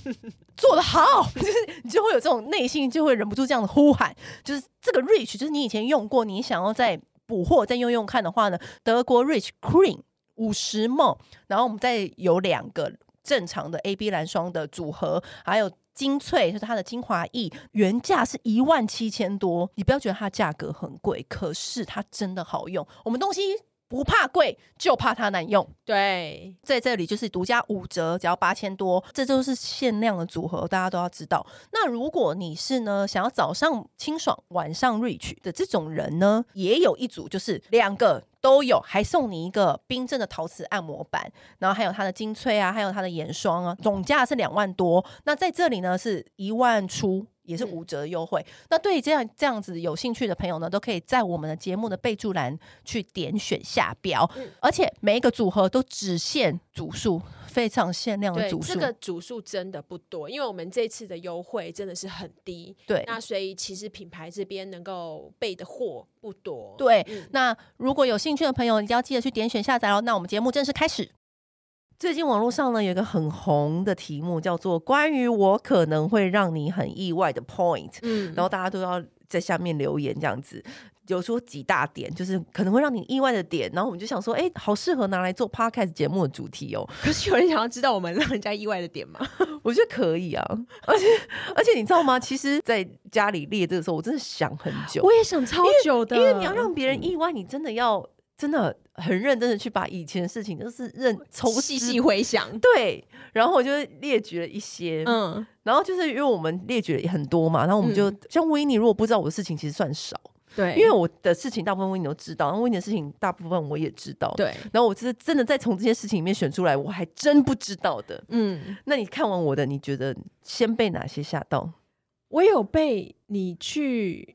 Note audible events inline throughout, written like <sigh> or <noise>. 做得好， <laughs> 就是你就会有这种内心就会忍不住这样的呼喊，就是这个 rich，就是你以前用过，你想要再补货再用用看的话呢，德国 rich cream 五十梦，然后我们再有两个正常的 A B 蓝霜的组合，还有。精粹就是它的精华液，原价是一万七千多，你不要觉得它的价格很贵，可是它真的好用。我们东西不怕贵，就怕它难用。对，在这里就是独家五折，只要八千多，这就是限量的组合，大家都要知道。那如果你是呢想要早上清爽，晚上 rich 的这种人呢，也有一组就是两个。都有，还送你一个冰镇的陶瓷按摩板，然后还有它的精粹啊，还有它的眼霜啊，总价是两万多。那在这里呢是一万出，也嗯是五折优惠。那对于这样这样子有兴趣的朋友呢，都可以在我们的节目的备注栏去点选下标，嗯而且每一个组合都只限组数，非常限量的对，组数。这个组数真的不多，因为我们这次的优惠真的是很低，对那所以其实品牌这边能够备的货不多。对，嗯那如果有兴趣的朋友，一定要记得去点选下载哦。那我们节目正式开始。最近网络上呢有一个很红的题目，叫做“关于我可能会让你很意外的 point”，嗯然后大家都要在下面留言这样子。有说几大点，就是可能会让你意外的点，然后我们就想说，哎、好适合拿来做 podcast 节目的主题哦。可是有人想要知道我们让人家意外的点吗？我觉得可以啊， <laughs> 而且而且你知道吗？其实，在家里列这个时候，我真的想很久，我也想超久的，嗯因为你要让别人意外，你真的要真的很认真的去把以前的事情，就是认从细细回想。对。然后我就列举了一些，嗯，然后就是因为我们列举了很多嘛，然后我们就、像维尼，如果不知道我的事情，其实算少，对，因为我的事情大部分维尼都知道，然后维尼的事情大部分我也知道，。对，然后我就是真的在从这些事情里面选出来，我还真不知道的。嗯，那你看完我的，你觉得先被哪些吓到？ <laughs> 我有被你 <laughs> 去，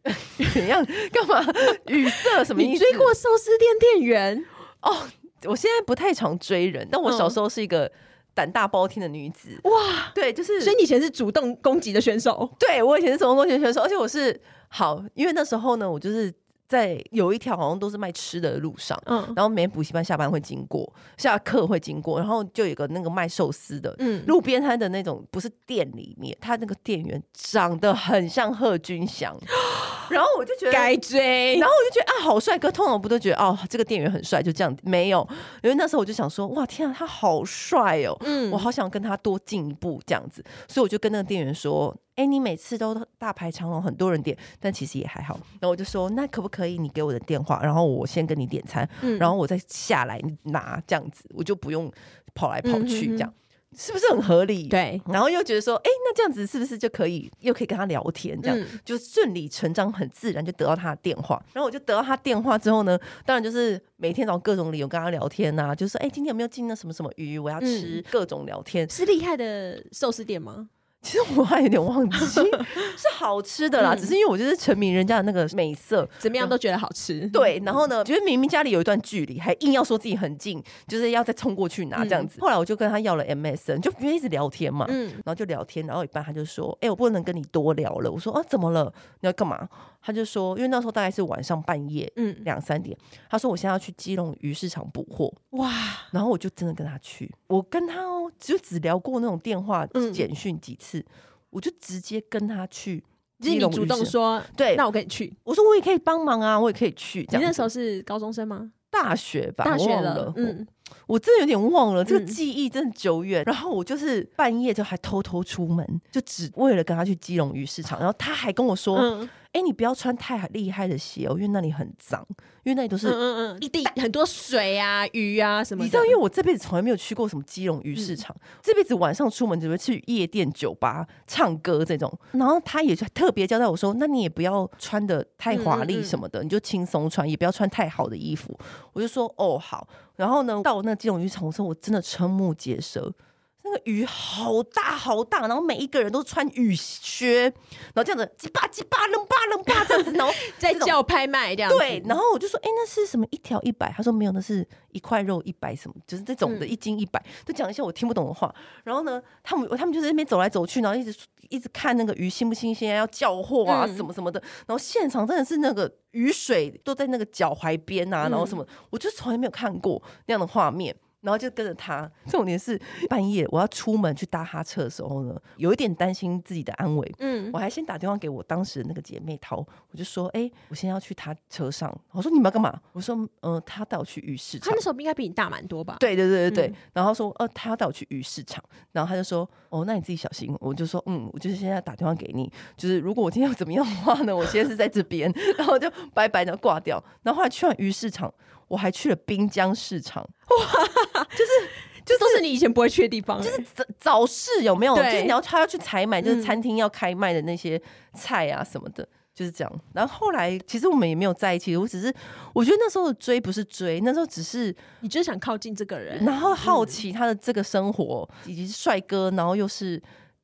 怎样？干嘛？语塞？什么意你思？追过寿司店店员，哦？我现在不太常追人，但我嗯小时候是一个胆大包天的女子。哇！对，就是，所以你以前是主动攻击的选手，对我以前是什么公学选手，而且我是好，因为那时候呢，我就是在有一条好像都是卖吃的路上。嗯然后每天补习班下班会经过，下课会经过，然后就有一个那个卖寿司的，嗯，路边摊的那种，不是店里面，他那个店员长得很像贺军翔，然后我就觉得啊该追然，后我就觉得啊，好帅哥，通常不都觉得哦，这个店员很帅，就这样。没有，因为那时候我就想说，哇，天啊，他好帅哦，嗯我好想跟他多进一步这样子，所以我就跟那个店员说，哎，你每次都大排长龙，很多人点，但其实也还好。然后我就说，那可不可以你给我的电话，然后我先跟你点餐，嗯然后我再下来拿这样子，我就不用跑来跑去嗯哼这哼样，是不是很合理？。对，然后又觉得说，哎，那这样子是不是就可以，又可以跟他聊天这样？嗯就顺理成章、很自然就得到他的电话。然后我就得到他电话之后呢，当然就是每天找各种理由跟他聊天啊呐、就是说哎、今天有没有进那什么什么鱼，我要吃，各种聊天。 <laughs> 是厉害的寿司店吗？其实我还有点忘记是好吃的啦，嗯只是因为我就是沉迷人家的那个美色。怎么样都觉得好吃。对，然后呢，觉得明明家里有一段距离，还硬要说自己很近，就是要再冲过去拿这样子。后来我就跟他要了 MSN，就因为一直聊天嘛，嗯，然后就聊天，然后一半他就说：“哎、我不能跟你多聊了。”我说：“啊，怎么了？你要干嘛？”他就说：“因为那时候大概是晚上半夜嗯嗯，两三点，他说我现在要去基隆鱼市场补货。”哇，然后我就真的跟他去，我跟他哦，就只聊过那种电话嗯、简讯几次，我就直接跟他去就是基你隆主鱼动市说，对，那我跟你去。我说我也可以帮忙啊，我也可以去。这样你那子时候是高中生吗？大学吧，大我学忘了了，，嗯，我真的有点忘了，这个嗯记忆真的久远。然后我就是半夜就还偷偷出门，就只为了跟他去基隆鱼市场。然后他还跟我说：“哎、嗯你不要穿太厉害的鞋哦，因为那里很脏，因为那里都是嗯嗯嗯，一定很多水啊、鱼啊什么的。嗯你知道，因为我这辈子从来没有去过什么基隆鱼市场，这辈子晚上出门只会去夜店、酒吧、唱歌这种。然后他也就特别交代我说：“那你也不要穿的太华嗯嗯丽嗯什么的，你就轻松穿，也不要穿太好的衣服。”我就说：“哦，好。”然后呢，到那基隆鱼市场的时候，我真的瞠目结舌。那个鱼好大好大，然后每一个人都穿雨靴，然后这样子叽巴叽巴楞巴楞巴这样子，然后 <laughs> 在这种叫拍卖这样子。对，然后我就说，哎、那是什么一条一百？他说没有，那是一块肉一百，什么就是这种的，嗯一斤一百，就讲一些我听不懂的话。然后呢，他们他们就在那边走来走去，然后一直一直看那个鱼新不新鲜，要叫货啊、嗯什么什么的。然后现场真的是那个雨水都在那个脚踝边啊，然后嗯什么，我就从来没有看过那样的画面。然后就跟着他，重点是半夜我要出门去搭哈车的时候呢，有一点担心自己的安危，嗯我还先打电话给我当时的那个姐妹淘，我就说：“哎、我现在要去她车上。”我说：“你们要干嘛？”我说：“嗯、她带我去鱼市他场那。时候应该比你大蛮多吧？”，对对对对对，嗯然后说：“呃，她要带我去鱼市场。”然后她就说：“哦，那你自己小心。”我就说：“嗯，我就是现在打电话给你，就是如果我今天要怎么样的话呢，我现在是在这边。” <laughs> 然后就拜拜的挂掉。然后后来去完鱼市场，我还去了滨江市场，这都是你以前不会去的地方。欸就是早早市有没有？就对是你要他要去采买，就是嗯餐厅要开卖的那些菜啊什么的，就是这样。然后后来其实我们也没有在一起，我只是我觉得那时候的追不是追，那时候只是你就是想靠近这个人，然后好奇他的这个生活，以及是帅哥，然后又是。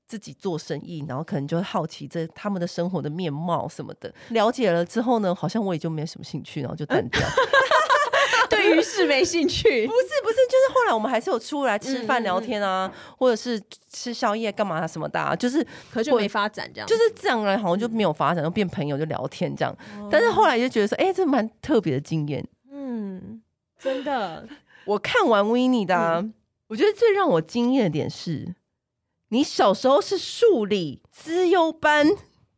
自己做生意，然后可能就会好奇这他们的生活的面貌什么的。了解了之后呢，好像我也就没什么兴趣，然后就 <laughs> 淡掉。 <laughs> 对于是没兴趣不。是不是，就是后来我们还是有出来吃嗯饭嗯聊天啊，或者是吃宵夜干嘛、什么的、啊，就是可就没发展这样，就是自然而然好像就没有发展，就变朋友就聊天这样。哦但是后来就觉得说，哎、这蛮特别的经验。嗯，真的，我看完维尼的、啊，嗯我觉得最让我惊艳的点是，你小时候是数理资优班，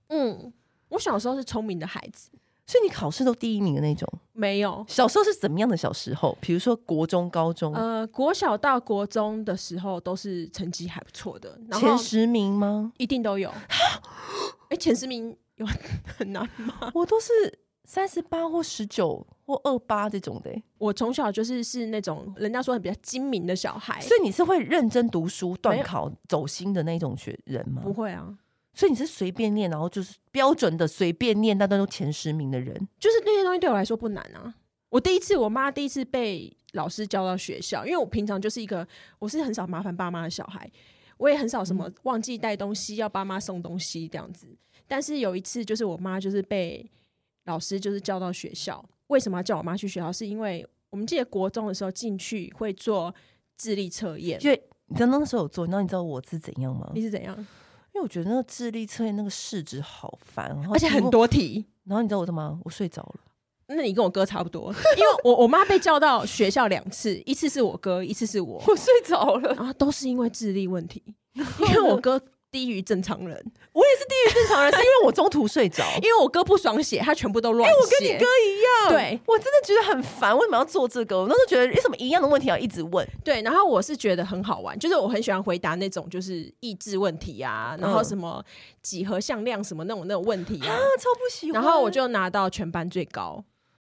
嗯，我小时候是聪明的孩子，所以你考试都第一名的那种。没有，小时候是怎么样的小时候？比如说国中、高中、呃，国小到国中的时候都是成绩还不错的，然后前十名吗？ <laughs> 一定都有。 <gasps> 哎、前十名有很难吗？我都是三十八或十九或二八这种的欸、我从小就是是那种人家说很比较精明的小孩，所以你是会认真读书、哎没断有考、走心的那种学人吗？不会啊，所以你是随便念，然后就是标准的随便念，但都前十名的人。就是那些东西对我来说不难啊。我第一次，我妈第一次被老师叫到学校，因为我平常就是一个我是很少麻烦爸妈的小孩，我也很少什么忘记带东西要爸妈送东西这样子。但是有一次，就是我妈就是被老师就是叫到学校，为什么要叫我妈去学校？是因为我们记得国中的时候进去会做智力测验，因为你知道那时候有做，那你知道我是怎样吗？你是怎样？因为我觉得那个智力测验那个试纸好烦，然后而且题目很。多题。然后你知道我干嘛？我睡着了。那你跟我哥差不多，因为我我妈被叫到学校两次，一次是我哥，一次是 <laughs> 我。我睡着了，啊，都是因为智力问题，因为我哥低于正常人， <laughs> 我也是低于正常人，是因为我中途睡着。因为我哥不爽写，他全部都乱写。哎我跟你哥一样，对我真的觉得很烦，为什么要做这个？我那时候觉得为什么一样的问题要一直问？对，然后我是觉得很好玩，就是我很喜欢回答那种就是益智问题啊，然后嗯什么几何向量什么那种那种问题啊啊，，超不喜欢。然后我就拿到全班最高，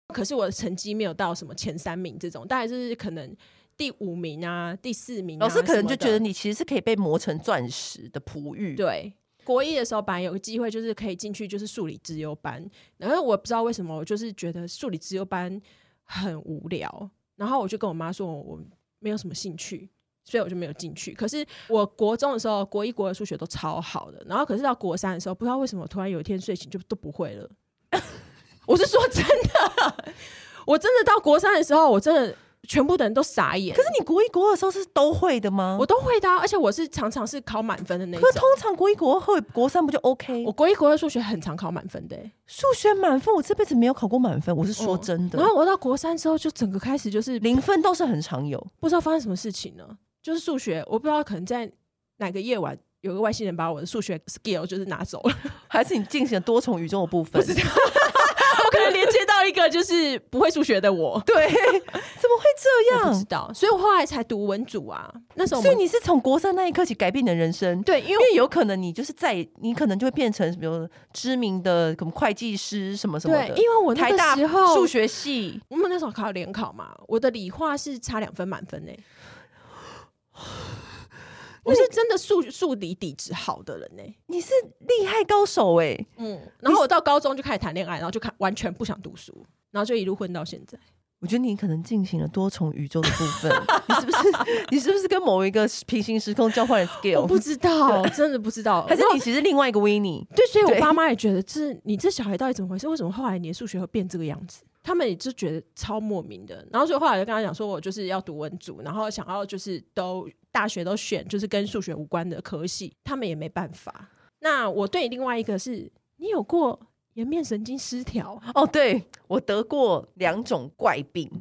可是我的成绩没有到什么前三名这种，大概就是可能第五名啊、第四名啊、老师可能就觉得什么你其实是可以被磨成钻石的璞玉。的对。国一的时候，本来有个机会，就是可以进去，就是数理资优班。然后我不知道为什么，我就是觉得数理资优班很无聊。然后我就跟我妈说，我没有什么兴趣。所以我就没有进去。可是我国中的时候，国一、国二数学都超好的，然后可是到国三的时候，不知道为什么突然有一天睡醒就都不会了。 <laughs> 我是说真的，我真的到国三的时候，我真的全部的人都傻眼。可是你国一国二的时候是都会的吗？我都会的啊、而且我是常常是考满分的那一可是种哦通。常国一国二会国三不就 OK？我国一、国二数学很常考满分的欸、数学满分，我这辈子没有考过满分，我是说真的。哦然后我到国三之后，就整个开始就是零分都是很常 <laughs> 有，不知道发生什么事情呢？就是数学，我不知道可能在哪个夜晚，有个外星人把我的数学 skill 就是拿走了，还是你进行了多重宇宙的部分？ <laughs> 我可能连接到一个就是不会数学的我，对， <laughs> 怎么会这我不知样？道，所以我后来才读文组啊。那时候我所以们你是从国三那一刻起改变你的人生，对，因因为为有可能你就是在你可能就会变成比如知名的什么会计师什么什么对，的，因为我那台大个时候数，学系我们那时候考联考嘛，我的理化是差两分满分呢、我是真的数数理底子好的人呢、你是厉害高手哎、嗯，然后我到高中就开始谈恋爱，然后就看完全不想读书，然后就一路混到现在。我觉得你可能进行了多重宇宙的部 <laughs> 分，你是不是？你是不是跟某一个平行时空交换了 skill？我不 <laughs> 知道，真的不知道。还是然后你其实另外一个 w i n n i 对，所以我对爸妈也觉得，这你这小孩到底怎么回事？为什么后来你的数学会变这个样子？他们也就觉得超莫名的。然后所以后来就跟他讲说，我就是要读文组，然后想要就是都大学都选就是跟数学无关的科系，他们也没办法。那我对另外一个是，你有过颜面神经失调？哦，对我得过两种怪病，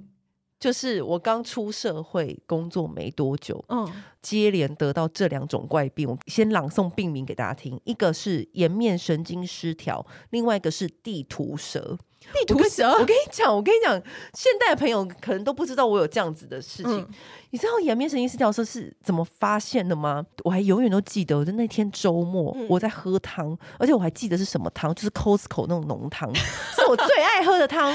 就是我刚出社会工作没多久，嗯，接连得到这两种怪病。我先朗诵病名给大家听，一个是颜面神经失调，另外一个是地图舌。地图我蛇，嗯跟你讲，我跟你讲，现代的朋友可能都不知道我有这样子的事情。嗯你知道颜面神经失调症是怎么发现的吗？我还永远都记得，我在那天周末嗯我在喝汤，而且我还记得是什么汤，就是 Costco 那种浓汤，是我最爱喝的汤。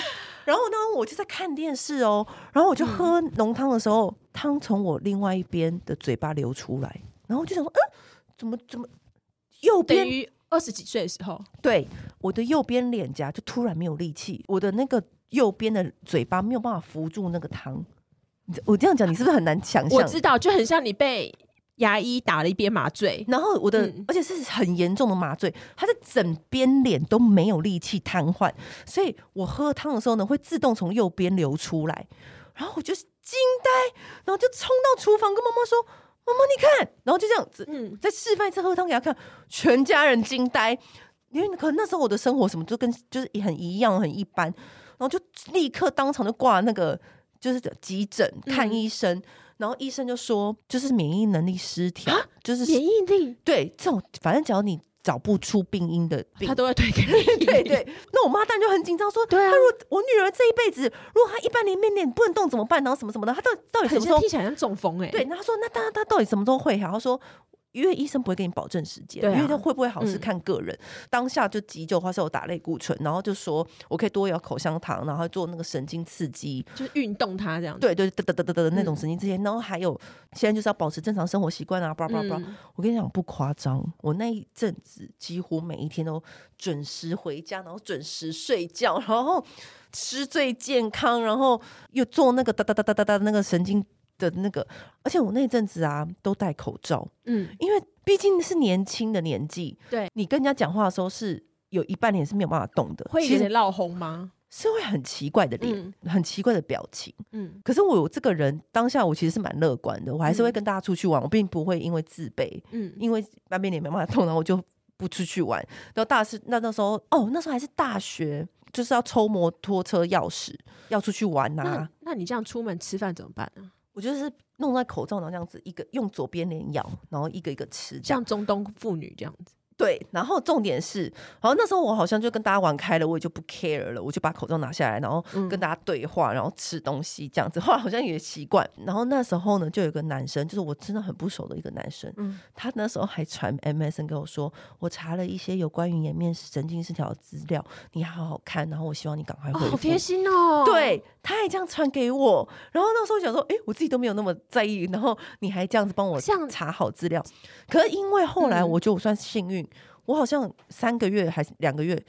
然后呢，我就在看电视哦，然后我就嗯喝浓汤的时候，汤从我另外一边的嘴巴流出来，然后我就想说，嗯，怎么怎么右边等于二十几岁的时候，对，我的右边脸颊就突然没有力气，我的那个右边的嘴巴没有办法扶住那个汤。你知我这样讲，你是不是很难想我象？知道，就很像你被牙医打了一边麻醉，然后我的，嗯而且是很严重的麻醉，他是整边脸都没有力气瘫痪，所以我喝汤的时候呢，会自动从右边流出来，然后我就惊呆，然后就冲到厨房跟妈妈说：“妈妈，你看！”然后就这样子，嗯。再示范一次喝汤给他看，全家人惊呆，因为可能那时候我的生活什么就跟就是也很一样很一般，然后就立刻当场就挂那个就是急诊看嗯医生，然后医生就说就是免疫能力失调，就是啊免疫力，对这种反正只要你找不出病因的病他。 <laughs> 都要推给你。对对，那我妈当然就很紧张，说：“对啊她如果我女儿这一辈子，如果她一般连面脸不能动怎么办？然后什么什么的，她到底到底什很么时候像听起来像中风哎、欸。对，，那他说那他他到底什么时候会好？他说。因为医生不会给你保证时间，对啊因为他会不会好是嗯看个人。当下就急救，或是我打类固醇，然后就说我可以多咬口香糖，然后做那个神经刺激，就是运动它这样子。对对，得得得得得那种嗯神经刺激。然后还有现在就是要保持正常生活习惯啊，叭叭叭。嗯我跟你讲不夸张，我那一阵子几乎每一天都准时回家，然后准时睡觉，然后吃最健康，然后又做那个哒哒哒哒哒哒那个神经的那个，而且我那阵子啊都戴口罩，嗯，因为毕竟是年轻的年纪，对你跟人家讲话的时候是有一半脸是没有办法动的，会其有点嗯实闹红吗？是会很奇怪的脸，很奇怪的表情。嗯，可是我这个人当下我其实是蛮乐观的，我还是会嗯跟大家出去玩，我并不会因为自卑，嗯嗯因为半边脸没办法动，然后我就不出去玩。然后大四那那时候哦，那时候还是大学，就是要抽摩托车钥匙要出去玩呐、那那你这样出门吃饭怎么办啊呢、我就是弄在口罩，然后这样子一个用左边脸咬，然后一个一个吃，这样像中东妇女这样子，对。然后重点是，然后那时候我好像就跟大家玩开了，我也就不 care 了，我就把口罩拿下来，然后嗯跟大家对话，然后吃东西这样子。后 <laughs> 来好像也习惯。然后那时候呢，就有一个男生，就是我真的很不熟的一个男生，嗯他那时候还传 MSN 跟我说，我查了一些有关于颜面神经失调的资料，你好好看，然后我希望你赶快哦，回复。好贴心哦。，对，他还这样传给我，然后那时候想说，诶，我自己都没有那么在意，然后你还这样子帮我这样查好资料。可是因为后来嗯我觉得我算幸运，我好像三个月还是两个月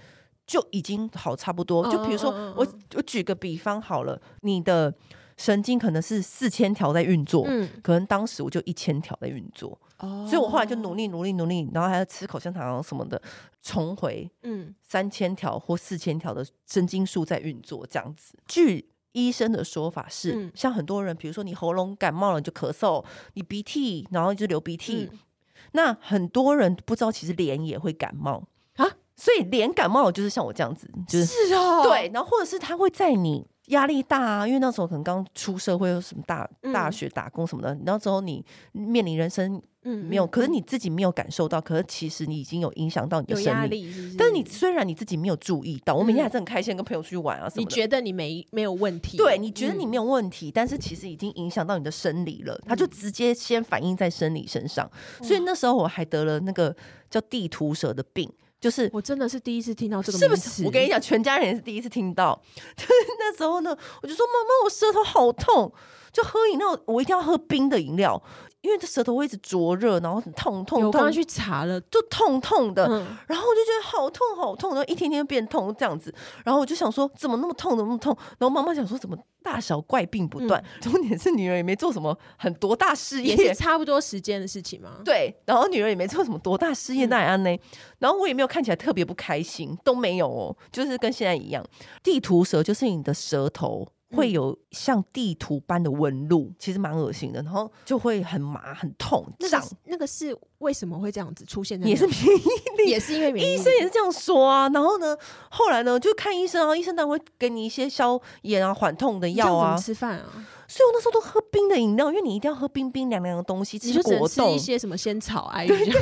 就已经好差不多。就比如说嗯嗯嗯嗯我我举个比方好了，你的神经可能是四千条在运作，嗯，可能当时我就一千条在运作，哦所以我后来就努力努力努力，然后还要吃口香糖什么的，重回嗯，三千条或四千条的神经素在运作，这样子。据医生的说法是，嗯像很多人，比如说你喉咙感冒了你就咳嗽，你鼻涕然后就流鼻涕，嗯那很多人不知道其实脸也会感冒啊，所以脸感冒就是像我这样子，就是是哦，对，然后或者是他会在你压力大啊，因为那时候可能刚出社会，有什么大嗯大学打工什么的，那时候你面临人生嗯，嗯没有，可是嗯你自己没有感受到，可是其实你已经有影响到你的有生压命。力是不但是你虽然你自己没有注意到，我每天还嗯是很开心地跟朋友出去玩啊什你么的。觉得你没没有问题，嗯对，你觉得你没有，有问题，但是其实已经影响到你的生理了，它就嗯直接先反映在生理身上。所以哇那时候我还得了那个叫地图蛇的病，就是我真的是第一次听到这个是不名是？词，我跟你讲，全家人也是第一次听到。 <laughs> 那时候呢，我就说妈妈，我舌头好痛，就喝饮料，我一定要喝冰的饮料，因为这舌头会一直灼热，然后很痛有痛我刚痛呃刚，去查了，就痛痛的。嗯，然后我就觉得好痛好痛，然后一天天变痛这样子，然后我就想说怎么那么痛，怎么那么痛？然后妈妈想说怎么大小怪病不断，重点是女儿也没做什么很多大事嗯也业是，差不多时间的事情吗？ <laughs> 对，然后女儿也没做什么多大事业嗯那也安呢，然后我也没有看起来特别不开心，都没有哦，就是跟现在一样。地图舌就是你的舌头会嗯有像地图般的纹路，其实蛮恶心的，然后就会很麻很痛那胀个，是那个是为什么会这样子出现在那也里？是免疫力也是因为免疫医力生也是这样说啊，然后呢，后来呢，就看医生啊，医生当然会给你一些消炎啊、缓痛的你这样药怎啊么。吃饭啊，所以我那时候都喝冰的饮料，因为你一定要喝冰冰凉凉的东西，吃你就只能果吃冻一之些什么仙草啊，对对对，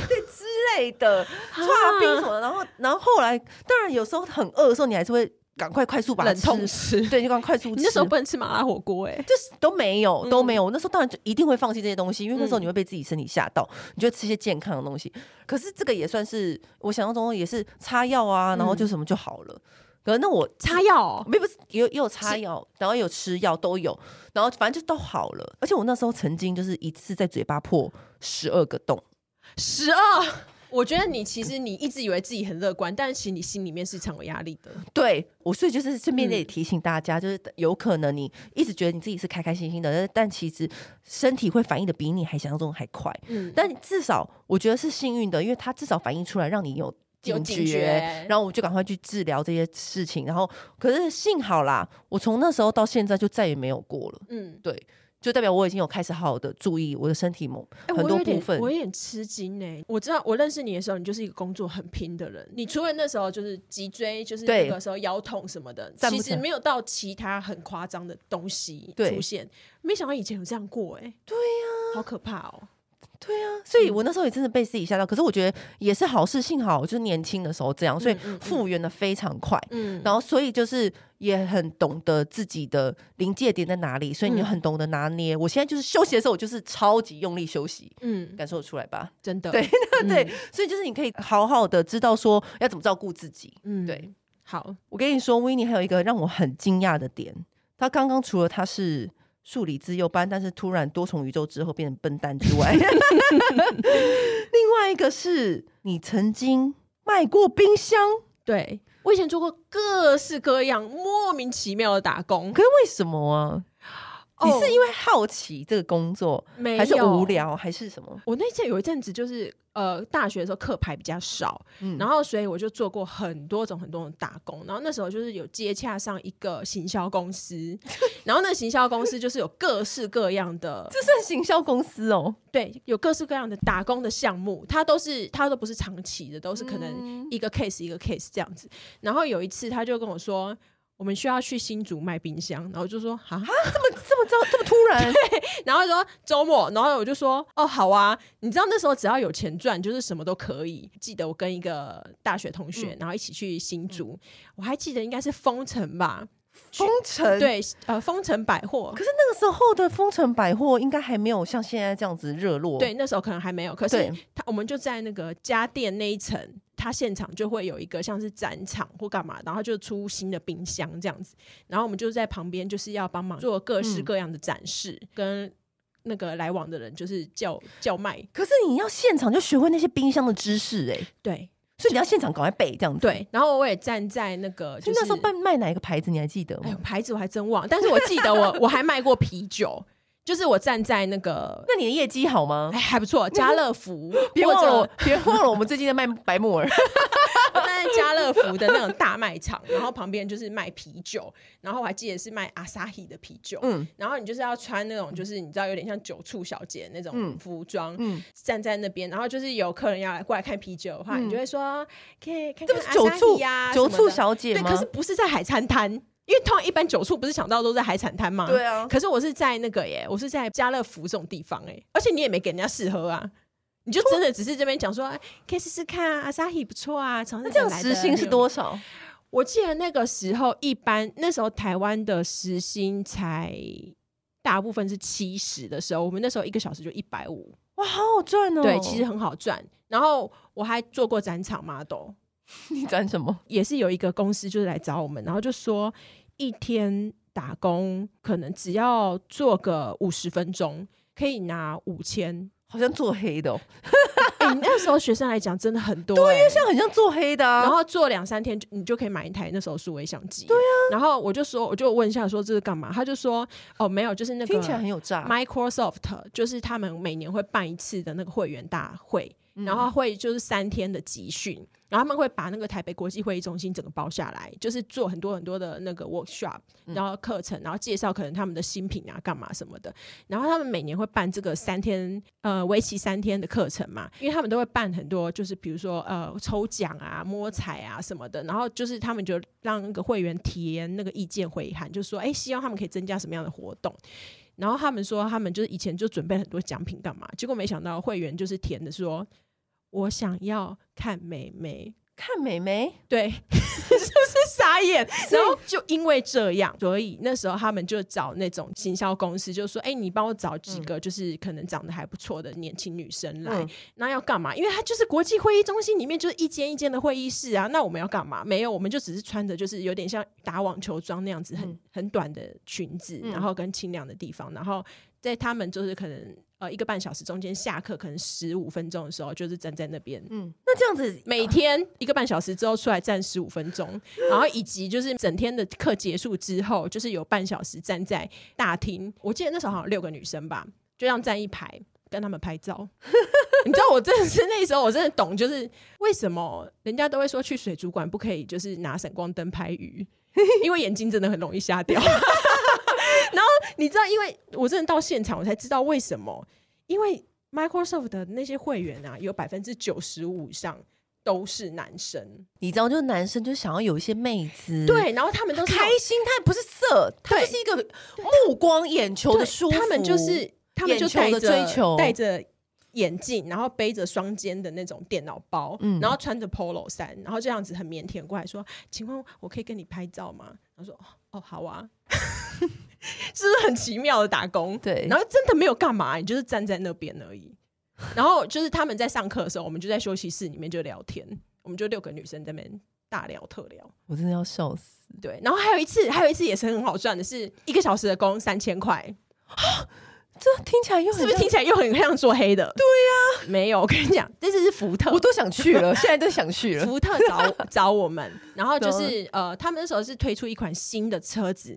类的，啊搓冰什么的。然后，然后后来，当然有时候很饿的时候，你还是会赶快快速把它冷痛痛，吃。对，就赶快快速吃。你那时候不能吃麻辣火锅哎、就是都没有，都嗯没有。我那时候当然就一定会放弃这些东西，因为那时候嗯你会被自己身体吓到，你就会吃一些健康的东西。可是这个也算是我想象中也是擦药啊，然后就什么就好了。可是那我擦药哦、没不是也有也有擦药，然后也有吃药都有，然后反正就都好了。而且我那时候曾经就是一次在嘴巴破十二个洞，十二。我觉得你其实你一直以为自己很乐观，但其实你心里面是常有压力的。对我，所以就是顺便嗯也提醒大家，就是有可能你一直觉得你自己是开开心心的，但但其实身体会反应的比你还想象中还快。嗯，但至少我觉得是幸运的，因为它至少反映出来，让你有有警警觉，觉然后我就赶快去治疗这些事情。然后，可是幸好啦，我从那时候到现在就再也没有过了，嗯，就代表我已经有开始好好的注意我的身体某、哎很我多有点部分我。有点吃惊呢、欸我知道我认识你的时候，你就是一个工作很拼的人。你除了那时候就是脊椎，就是对那个时候腰痛什么的，站不其起实来没有到其他很夸张的东西对出现。没想到以前有这样过哎、对呀、好可怕哦、对呀、所以我嗯那时候也真的被自己吓到。可是我觉得也是好事，幸好我就是年轻的时候这样，所以嗯嗯嗯复原的非常快。嗯，然后，所以就是也很懂得自己的临界点在哪里，所以你就嗯很懂得拿捏。我现在就是休息的时候，我就是超级用力休息，嗯，感受得出来吧？ <laughs> 真的，对嗯对，所以就是你可以好好的知道说要怎么照顾自己。嗯，对，好，我跟你说，维尼还有一个让我很惊讶的点，他刚刚除了他是数理自幼班，但是突然多重宇宙之后变成笨蛋之外， <laughs> 另外一个是你曾经卖过冰箱，对我以前做过各式各样莫名其妙的打工，可是为什么啊？你是因为好奇这个工作，没还是有无？聊，还是什么？我那阵有一阵子就是呃，大学的时候课排比较少，嗯然后所以我就做过很多种很多种打工，然后那时候就是有接洽上一个行销 <laughs> 公司，然后那行销公司就是有各式各样的，这算行销公司哦，对，有各式各样的打工的项目，它都是它都不是长期的，都是可能嗯一个 case 一个 case 这样子。然后有一次他就跟我说。我们需要去新竹卖冰箱，然后我就说啊，这么这么着这么突然，然后就说周末，然后我就说哦好啊，你知道那时候只要有钱赚，就是什么都可以。记得我跟一个大学同嗯学，然后一起去新竹，我还记得应该是封城吧，封城对，呃，封城百货可，是那个时候的丰城百货应该还没有像现在这样子热络。对，那时候可能还没有，可是对，他我们就在那个家电那一层，他现场就会有一个像是展场或干嘛，然后就出新的冰箱这样子，然后我们就在旁边就是要帮忙做各式嗯各样的展示，跟那个来往的人就是叫叫卖，可是你要现场就学会那些冰箱的知识哎、对。所以你要现场赶快背这样子。，对，然后我也站在那个，所就以是那时候卖卖哪一个牌子你还记得哎呦吗？牌子我还真忘，但是我记 <laughs> 得我我还卖过啤酒，就是我站在那个那你的业绩好吗，哎？还不错，家乐福 <laughs> 别或忘者了我，别忘了我们最近在卖白木 <laughs> 耳。我站在家乐福的那种大卖场，然后旁边就是卖啤酒，然后我还记得是卖阿萨希的啤酒，嗯然后你就是要穿那种就是你知道有点像酒醋小姐那种嗯服装，嗯，站在那边，然后就是有客人要来过来看啤酒的话，嗯你就会说可以看这看不是阿酒萨醋希呀、酒啊什么醋的小姐对，吗？可是不是在海餐摊，因为通常一般酒醋不是想到都在海产摊吗？。啊，可是我是在那个耶，我是在家乐福这种地方哎，而且你也没给人家试喝啊，你就真的只是这边讲说，哎可以试试看啊，阿萨希不错啊，从哦那这样时薪是？多少？我记得那个时候一般那时候台湾的时薪才大部分是七十的时候，我们那时候一个小时就一百五，哇，好好赚哦！对，其实很好赚。然后我还做过展场 model， <laughs> 你赚什么？也是有一个公司就是来找我们，然后就说一天打工可能只要做个五十分钟，可以拿 <laughs> 五千。好像做黑 <laughs> 的、哦，哎、你那时候学生来讲真的很多、欸，这样很像做黑的、啊。然后做两三天就，你就可以买一台那时候数位相机。对啊，然后我就说，我就问一下说这是干嘛？他就说哦，没有，就是那个听起来很有诈。 Microsoft 就是他们每年会办一次的那个会员大会，然后会就是三天的集训，然后他们会把那个台北国际会议中心整个包下来，就是做很多很多的那个 workshop，然后课程，然后介绍可能他们的新品啊、干嘛什么的。然后他们每年会办这个三天，呃，为期三天的课程嘛，因为他们都会办很多，就是比如说呃抽奖啊、摸彩啊什么的。然后就是他们就让那个会员填那个意见回函，就说哎，希望他们可以增加什么样的活动。然后他们说，他们就是以前就准备很多奖品干嘛，结果没想到会员就是填的说，我想要看妹妹，看美眉，对， <laughs> 就是傻眼。然后就因为这样，所以那时候他们就找那种行销公司，就说：“哎、你帮我找几个就是可能长得还不错的年轻女生来嗯，那、要干嘛？因为它就是国际会议中心里面就是一间一间的会议室啊。那我们要干嘛？没有，我们就只是穿着就是有点像打网球装那样子很，很、嗯短的裙子，嗯然后跟清凉的地方，然后在他们就是可能呃一个半小时中间下课，可能十五分钟的时候，就是站在那边嗯，那这样子每天一个半小时之后出来站十五分钟，然后以及就是整天的课结束之后，就是有半小时站在大厅。我记得那时候好像有六个女生吧，就这样站一排跟他们拍照。 <laughs> 你知道我真的是那时候我真的懂，就是为什么人家都会说去水族馆不可以就是拿闪光灯拍鱼，因为眼睛真的很容易瞎掉。然后你知道，因为我真的到现场我才知道为什么，因为 Microsoft 的那些会员啊，有百分之九十五以上都是男生，你知道，就是男生就想要有一些妹子，，对，然后他们都是那种嗯开心，他不是色，他就是一个目光眼球对的舒服，他们就是他们就眼球的带着追求带着。眼镜，然后背着双肩的那种电脑包，嗯然后穿着 polo 衫，然后这样子很腼腆过来说：“请问我可以跟你拍照吗？”然后说：“哦，哦好啊。” <laughs> 是不是很奇妙的打工？对然后真的没有干嘛，你就是站在那边而已。然后就是他们在上课的时候，我们就在休息室里面就聊天，我们就六个女生在那边大聊特聊。我真的要笑死。对，然后还有一次，还有一次也是很好赚的是，一个小时的工三千块，这听起来哦又很是不是像听？起来又很像做黑的？对呀、没有，我跟你讲，这次是福特我，都想去了，现在都想去 <laughs> 了。福特找找我们，然后就是呃，他们那时候是推出一款新的车子，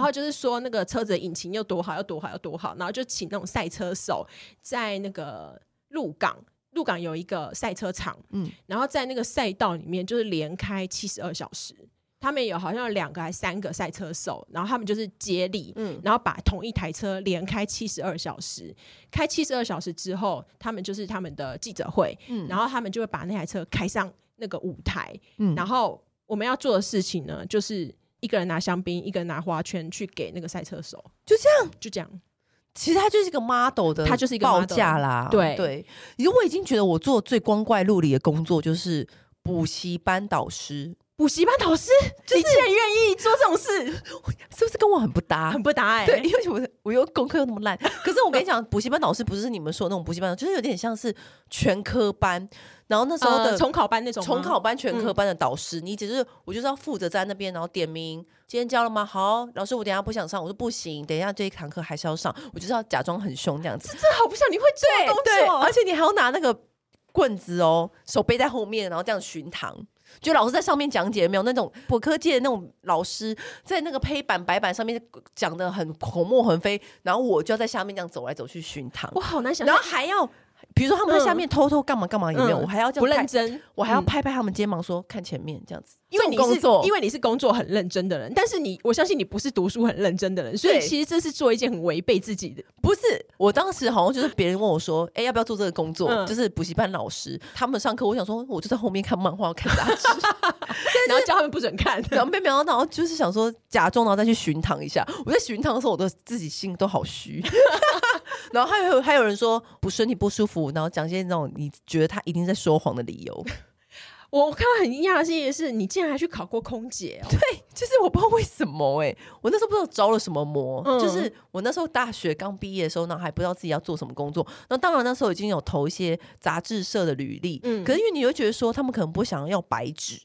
嗯后就是说那个车子的引擎又多好，又多好，又多好，然后就请那种赛车手在那个鹿港。鹿港有一个赛车场，嗯嗯，然后在那个赛道里面就是连开七十二小时，他们有好像有两个还三个赛车手，然后他们就是接力，嗯然后把同一台车连开七十二小时，开七十二小时之后，他们就是他们的记者会，嗯然后他们就会把那台车开上那个舞台，嗯然后我们要做的事情呢，就是一个人拿香槟，一个人拿花圈去给那个赛车手，就这样，就这样。其实他就是一个 model 的，他就是一个报 model 价啦。对对，因为我已经觉得我做最光怪陆离的工作就是补习班导师，补习班导师，你竟然愿意做这种事，是不是跟我很不搭？很不搭哎、啊对，因 <laughs> 为我我又功课又那么烂，可是我跟你讲， <laughs> 补习班老师不是你们说的那种补习班，就是有点像是全科班，然后那时候呃的重考班那种吗嗯重考班、全科班的导师，你只是我就是要负责在那边，然后点名，今天教了吗？好，老师我等一下不想上，我说不行，等一下这一堂课还是要上，我就是要假装很凶这样子，这好不像你会做的对工对，作，啊而且你还要拿那个。棍子哦，手背在后面，然后这样巡堂。就老师在上面讲解，没有那种补科界的那种老师，在那个黑板白板上面讲的很口沫横飞，然后我就要在下面这样走来走去巡堂我，好难想然象后，还要比如说他们在下面偷偷干嘛干嘛有没有？嗯我还要这不样认拍，真，我还要嗯拍拍他们肩膀说看前面这样子，因为这你种工是作，因为你是工作很认真的人，但是你我相信你不是读书很认真的人，所以对其实这是做一件很违背自己的。不是，我当时好像就是别人问我说：“哎、要不要做这个工作？”嗯就是补习班老师他们上课，我想说，我就在后面看漫画、看杂志，然后叫他们不准看，然后没没有，然后就是想说假装，然后再去巡堂一下。我在巡堂的时候，我都自己心都好虚。 <laughs> 然后还有还有人说不身体不舒服，然后讲一些那种你觉得他一定在说谎的理由。我我看到很惊讶的事情是，你竟然还去考过空姐哦、就是我不知道为什么哎、我那时候不知道着了什么魔，嗯就是我那时候大学刚毕业的时候，然后还不知道自己要做什么工作。那当然那时候已经有投一些杂志社的履历，嗯可是因为你会觉得说他们可能不想要白纸，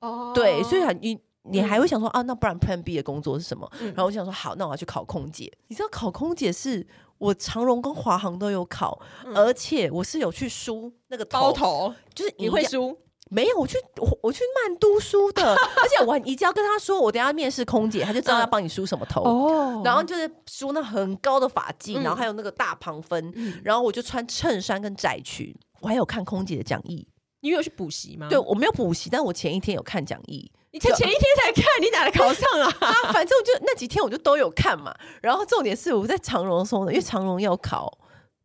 哦对，所以很你你还会想说、啊，那不然 Plan B 的工作是什么？嗯然后我想说好，那我要去考空姐。你知道考空姐是我长荣跟华航都有考，而且我是有去输那个嗯包，头就是你一会定输，没有，我去我我去曼都输 <laughs> 的，而且我一定要跟他说，我等一下面试空姐，他就知道要帮你梳什么头。哦然后就是梳那很高的发髻，嗯然后还有那个大旁分，然后我就穿衬衫跟窄裙。我还有看空姐的讲义，你有去补习吗？对，我没有补习，但我前一天有看讲义。你才前一天才看，你哪来考上啊？啊，反正我就那几天我就都有看嘛。然后重点是我在长荣的时候呢，因为长荣要考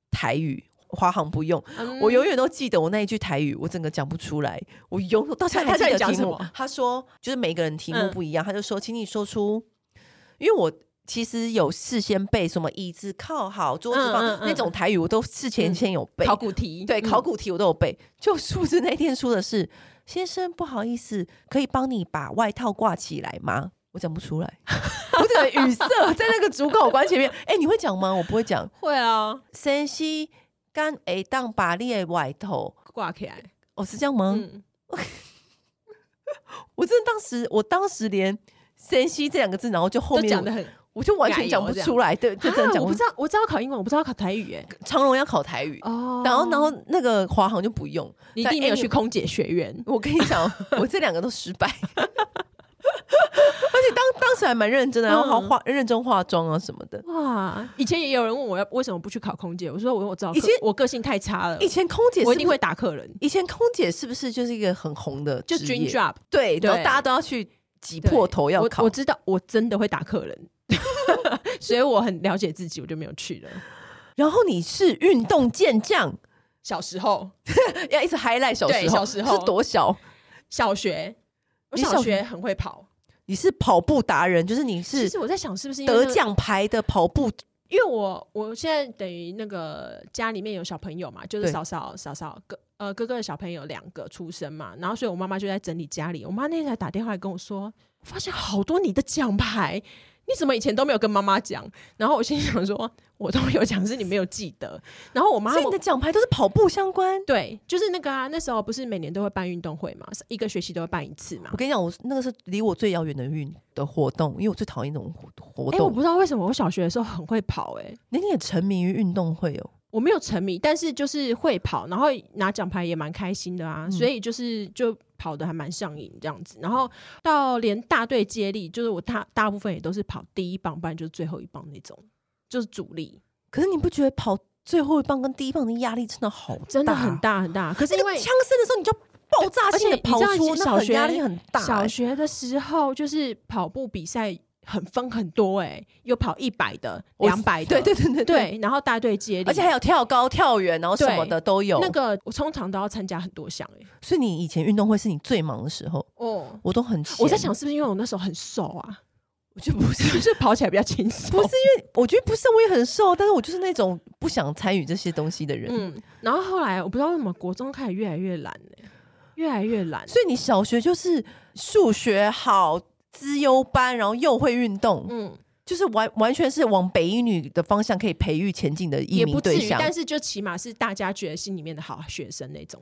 台语，华航不用，我嗯永远都记得我那一句台语，我整个讲不出来，我永我到现在还记他叫你得讲题什目么。他说，就是每个人题目嗯不一样，他就说，请你说出，因为我。其实有事先背什么椅子靠好、桌子放、嗯嗯嗯那种台语，我都事前嗯先有背。考嗯古题，对，考古古题嗯我都有背。就数字那天说的是，先生不好意思，可以帮你把外套挂起来吗？我讲不出来，我整个语塞在那个主考官前面。哎、你会讲吗？我不会讲。会啊，先生，干会当把你的外套，挂起来，哦，是这样吗？嗯，我真的当时，我当时连“先生”这两个字，然后就后都面讲我的很，我就完改全油讲不哦这样出来。对，就真的啊讲我不不出知道，我知道考英文，我不知道考台语，哎，长荣要考台语，哦然后然后那个华航就不用。你一定没有在去空姐学院，我跟你 <laughs> 讲，我这两个都失败， <laughs> 而且当当时还蛮认真的，然后嗯还化认真化妆啊什么的。哇，以前也有人问我要为什么不去考空姐，我说我我知道个，以前我个性太差了以，前空姐是不呃我是一定会打客人，以前空姐是不是就是一个很红的就职业 dream job 对，然后对大家都要去挤对破头要我。考我。知道我真的会打客人， <laughs> 所以我很了解自己，我就没有去了。然后你是运动健将，小时候，要一直 highlight 小时对候，小时候是多小？小学，我你小小学很会跑。你是跑步达人，就是你其是实我嗯在想，是不是因为那得个？奖牌的跑步因为我我现在等于那个家里面有小朋友嘛，就是对嫂嫂嫂嫂哥呃哥哥的小朋友两个出生嘛，然后所以我妈妈就在整理家里。我妈那天才打电话来跟我说，我发现好多你的奖牌，你怎么以前都没有跟妈妈讲？然后我心里想说，我都有讲，是你没有记得。然后我妈所以你的奖牌都是跑步相关。对，就是那个啊，那时候不是每年都会办运动会嘛，一个学期都会办一次嘛我。跟你讲，我那个是离我最遥远的运的活动，因为我最讨厌那种活活哎、动。我不知道为什么我小学的时候很会跑、哎，那你也沉迷于运动会哦，我没有沉迷，但是就是会跑，然后拿奖牌也蛮开心的啊，嗯所以就是就跑的还蛮上瘾这样子。然后到连大队接力，就是我大大部分也都是跑第一棒，不然就是最后一棒那种，就是主力，可是你不觉得跑最后一棒跟第一棒的压力真的啊好大，真的很。大很大。可是那因个为枪声的时候，你就爆炸性的跑而且出你，那知道小很学压力很大、小欸学的时候就是跑步比赛很分很多、哎，有跑一百的、我两百的， <laughs> 对对对对对，对，然后大队接力，而且还有跳高、跳远，然后什么的都有。那个我通常都要参加很多项、哎，所以你以前运动会是你最忙的时候，哦。我都很闲。我在想，是不是因为我那时候很瘦啊？我就不是，就是跑起来比较轻松。不是 <laughs> 因为我觉得不是，我也很瘦，但是我就是那种不想参与这些东西的人。嗯，然后后来我不知道为什么国中开始越来越懒呢、越来越 <laughs> 懒。所以你小学就是数学好、资优班，然后又会运动，嗯，就是完完全是往北一女的方向可以培育前进的一也名不至对于，象。但是就起码是大家觉得心里面的好学生那种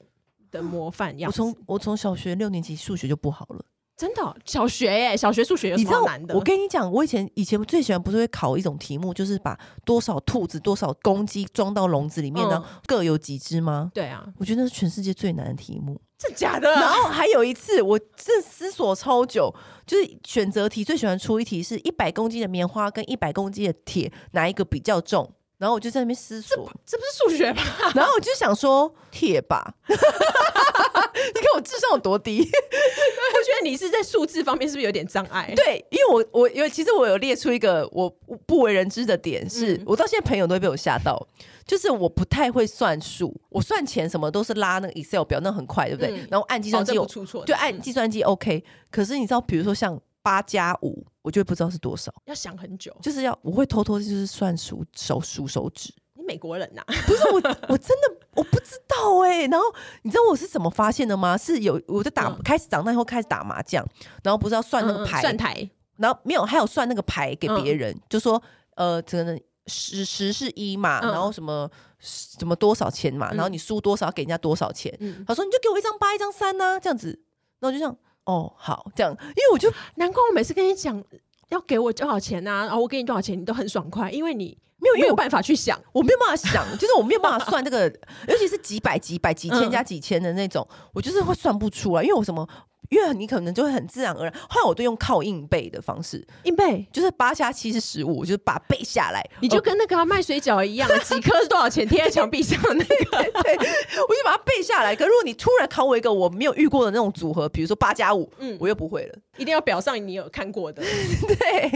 的模范样我子。从我从小学六年级数学就不好了，真的哦、小学耶、小学数学有你什知道么难的？我跟你讲，我以前以前最喜欢不是会考一种题目，就是把多少兔子、多少公鸡装到笼子里面，嗯然后各有几只吗？对啊，我觉得那是全世界最难的题目。这假 <laughs> 的然啊？后还有一次，我这思索超久，就是选择题最喜欢出一题是一百公斤的棉花跟一百公斤的铁哪一个比较重，然后我就在那边思索，这不是数学 <laughs> 吧？然后我就想说铁吧， <laughs> 你看我智商有多 <laughs> 低。我觉得你是在数字方面是不是有点障碍？对，因为我我有其实我有列出一个我不不为人知的点是，嗯我到现在朋友都会被我吓到，就是我不太会算数，我算钱什么都是拉那个 Excel 表，那很快，对不对？嗯然后按计计算机不我出错的，就按嗯计算机 OK，可是你知道，比如说像八加五，我就会不知道是多少，要想很久。就是要我会偷偷就是算数手数手指，你美国人呐、不是我 <laughs> 我真的我不知道哎、然后你知道我是怎么发现的吗？是有我在打、嗯开始长大以后开始打麻将，然后不是要算那个嗯嗯牌，算台，然后没有，还有算那个牌给别嗯人，就说呃，可能十十是一嘛，嗯然后什么什么多少钱嘛，然后嗯你输多少给人家多少钱。嗯，他说你就给我一张八，一张三呐、这样子。然后我就这样，哦，好，这样，因为我就难怪我每次跟你讲要给我多少钱啊，然后我给你多少钱，你都很爽快，因为你没有，因没为有我办法去想。我没有办法想，就是我没有办法算这个，尤其是几百、几百、几千嗯加几千的那种，我就是会算不出来，因为我什么。因为你可能就会很自然而然，后来我都用靠硬背的方式，硬背，就是八加七是十五，我就是把它背下来，你呃就跟那个啊卖水 <laughs> 饺一样，几颗是多少钱贴在墙壁上那个，对，呃我就把它背下来。可如果你突然考我一个我没有遇过的那种组合，比如说八加五，嗯我又不会了。 <laughs> 一定要表上你有看过的。对，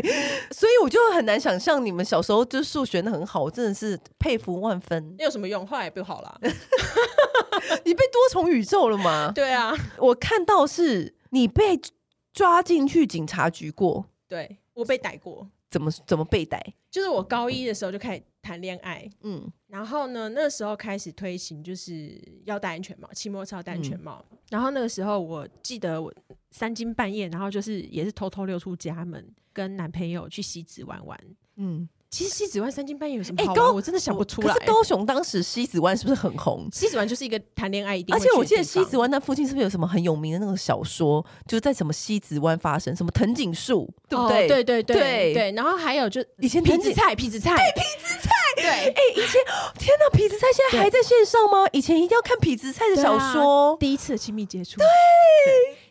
所以我就很难想象你们小时候就数学的很好，我真的是佩服万分。那有什么用？后来也不 <laughs> 好啦。你被多重宇宙了吗？对啊，我看到是你被抓进去警察局过，对我被逮过，怎么怎么被逮？就是我高一的时候就开始谈恋爱，嗯，然后呢，那时候开始推行就是要戴安全帽，期末是要戴安全帽。嗯然后那个时候我记得我三更半夜，然后就是也是偷偷溜出家门，跟男朋友去西子湾玩。嗯，其实西子湾三更半夜有什么哎好玩？高我真的想不出可来。是高雄当时西子湾是不是很红？西子湾就是一个谈恋爱一定而会且去的地方，我记得西子湾那附近是不是有什么很有名的那种小说，就是在什么西子湾发生，什么藤井树，对不对？哦对对对对对对。然后还有就以前皮藤井子菜，皮子菜，对皮子菜，哦对。哎、以前天哪，痞子菜现在还在线上吗？以前一定要看痞子菜的小说，啊第一次的亲密接触，对，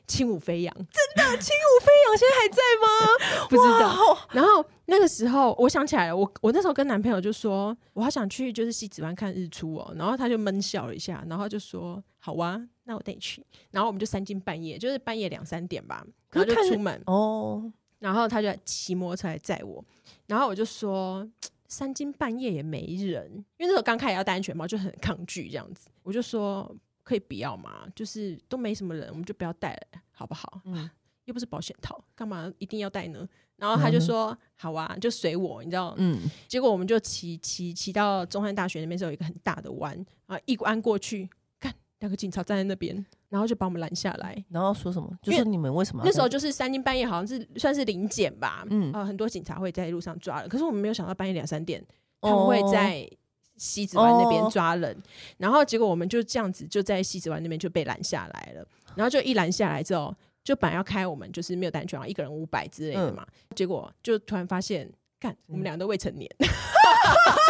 轻舞飞扬， 《轻舞飞扬》现在还在吗？不知道。道，然后那个时候，我想起来了，我我那时候跟男朋友就说，我好想去就是西子湾看日出哦，然后他就闷笑了一下，然后就说好啊，那我带你去。然后我们就三更半夜，就是半夜两三点吧，可然是后看就出门，哦，然后他就骑摩托车来载我，然后我就说。三更半夜也没人，因为那时候刚开始要戴安全帽，就很抗拒这样子。我就说可以不要嘛，就是都没什么人，我们就不要戴了，好不好？嗯又不是保险套，干嘛一定要戴呢？然后他就说：“好啊，就随我，你知道。嗯，结果我们就骑骑骑到中山大学那边是有一个很大的弯啊，一弯过去，看两个警察站在那边，然后就把我们拦下来。然后说什么？就因为是你们为什么要那时候这样？就是三更半夜，好像是算是临检吧，嗯嗯，啊，很多警察会在路上抓人，可是我们没有想到半夜两三点哦他们会在西子湾那边抓人，然后结果我们就这样子就在西子湾那边就被拦下来了，然后就一拦下来之后，就本来要开我们就是没有单全，然后一个人五百之类的嘛，结果就突然发现。干，我们两个都未成年， <laughs>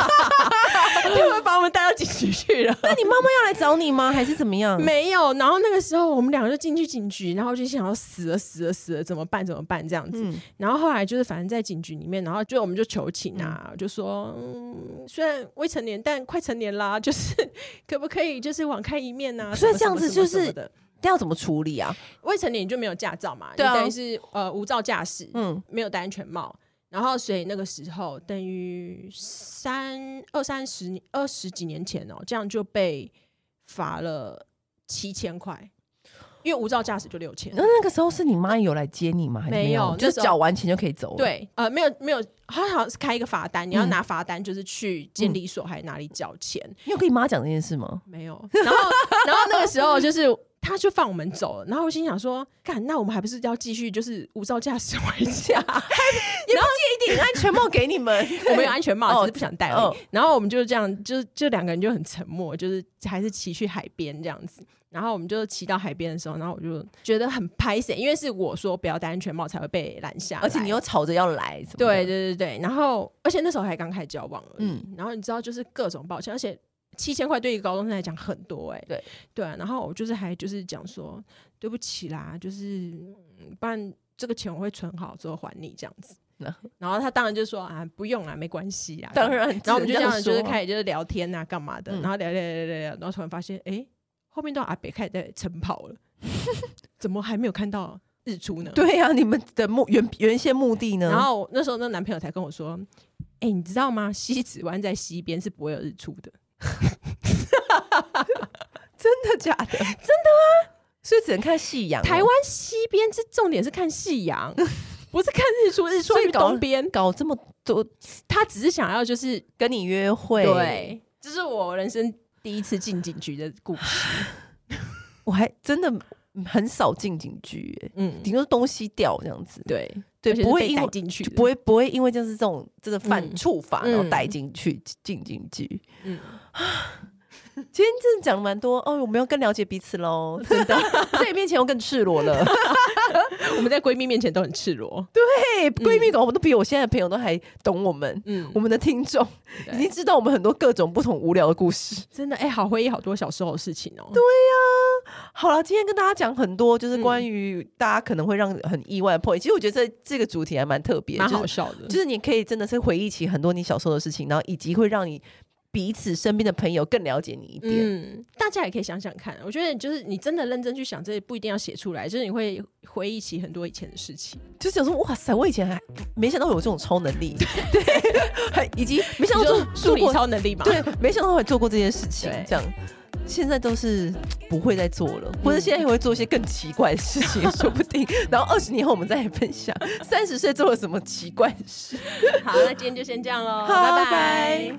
他们把我们带到警局去了。那你妈妈要来找你吗？还是怎么样？没有，然后那个时候我们两个就进去警局，然后就想要死了死了死了，怎么办怎么办这样子。嗯，然后后来就是反正在警局里面，然后就我们就求情啊，就说、嗯、虽然未成年，但快成年啦，就是可不可以就是网开一面呐、啊？所以什么这样子什就么是什么的那要怎么处理啊？未成年你就没有驾照嘛，对啊你等于是呃无照驾驶，嗯，没有戴安全帽。然后，所以那个时候等于三二三十年二十几年前哦，这样就被罚了七千块，因为无照驾驶就六千。那那个时候是你妈有来接你吗？还是嗯没没有就那是时候缴完钱就可以走了。，对，呃，没有没有，他好像是开一个罚单，你要嗯拿罚单就是去监理所还是哪里缴钱，你有跟你妈讲这件事 <laughs> 吗？没有。然后然后那个时候就是他就放我们走了，然后我心想说，干，那我们还不是要继续就是无照驾驶回家？一顶安全帽给你们，我们有安全帽，哦只是不想戴 <laughs> 而哦已。然后我们就这样，就就两个人就很沉默，就是还是骑去海边这样子。然后我们就骑到海边的时候，然后我就觉得很拍死，因为是我说不要戴安全帽才会被拦下来，而且你又吵着要来，什么的对，对对对，然后而且那时候还刚开始交往而已，嗯然后你知道就是各种抱歉，而且七千块对一个高中生来讲很多哎、对对啊，然后我就是还就是讲说对不起啦，就是嗯不然这个钱我会存好之后还你这样子然，然后他当然就说啊不用啦，没关系啊，当然，然后我们就这样就是看，开始就是聊天啊，干嘛的，嗯然后聊聊聊聊聊，然后突然发现，哎、后面都有阿北开始在晨跑了， <laughs> 怎么还没有看到日出呢？。对啊呀、你们的目原原先目的呢？然后我那时候那男朋友才跟我说，哎、你知道吗？西子湾在西边是不会有日出的。真的假的？真的啊！所以只能看夕阳哦、台湾西边是重点是看 <laughs> 夕阳，不是看日出，日出所以去搞东边。搞这么多他只是想要就是跟你约会，，对，这是我人生第一次进警局的故事。我还真的嗯很少进警局、欸，嗯，顶多是东西掉这样子，对对而且是不会被因带为进去就的，不会不会因为就是这种真的犯嗯处罚然后嗯带进去进警局。嗯。今天真的讲了蛮多哦，我们要更了解彼此 <laughs> 喽，真的，在你面前我更赤裸了。我们在闺蜜面前都很赤裸。 <laughs> 对，闺蜜狗都比我现在的朋友都还懂我们，嗯我们的听众对已经知道我们很多各种不同无聊的故事。真的哎、好回忆好多小时候的事情哦、 <laughs> 好了，今天跟大家讲很多，就是嗯关于大家可能会让很意外的 point。其实我觉得这这个主题还蛮特别，蛮就是好笑的。就是你可以真的是回忆起很多你小时候的事情，然后以及会让你彼此身边的朋友更了解你一点。嗯，大家也可以想想看。我觉得就是你真的认真去想，这也不一定要写出来，就是你会回忆起很多以前的事情。就想说，哇塞，我以前还没想到有这种超能力，对，还以及没想到做数做理过，超能力嘛？对，没想到还做过这件事情对，这样。现在都是不会再做了，或者现在也会做一些更奇怪的事 <laughs> 情，也说不定。然后二十年后我们再来分享，三十岁做了什么奇怪事。 <laughs> 好，那今天就先这样喽，好拜拜拜。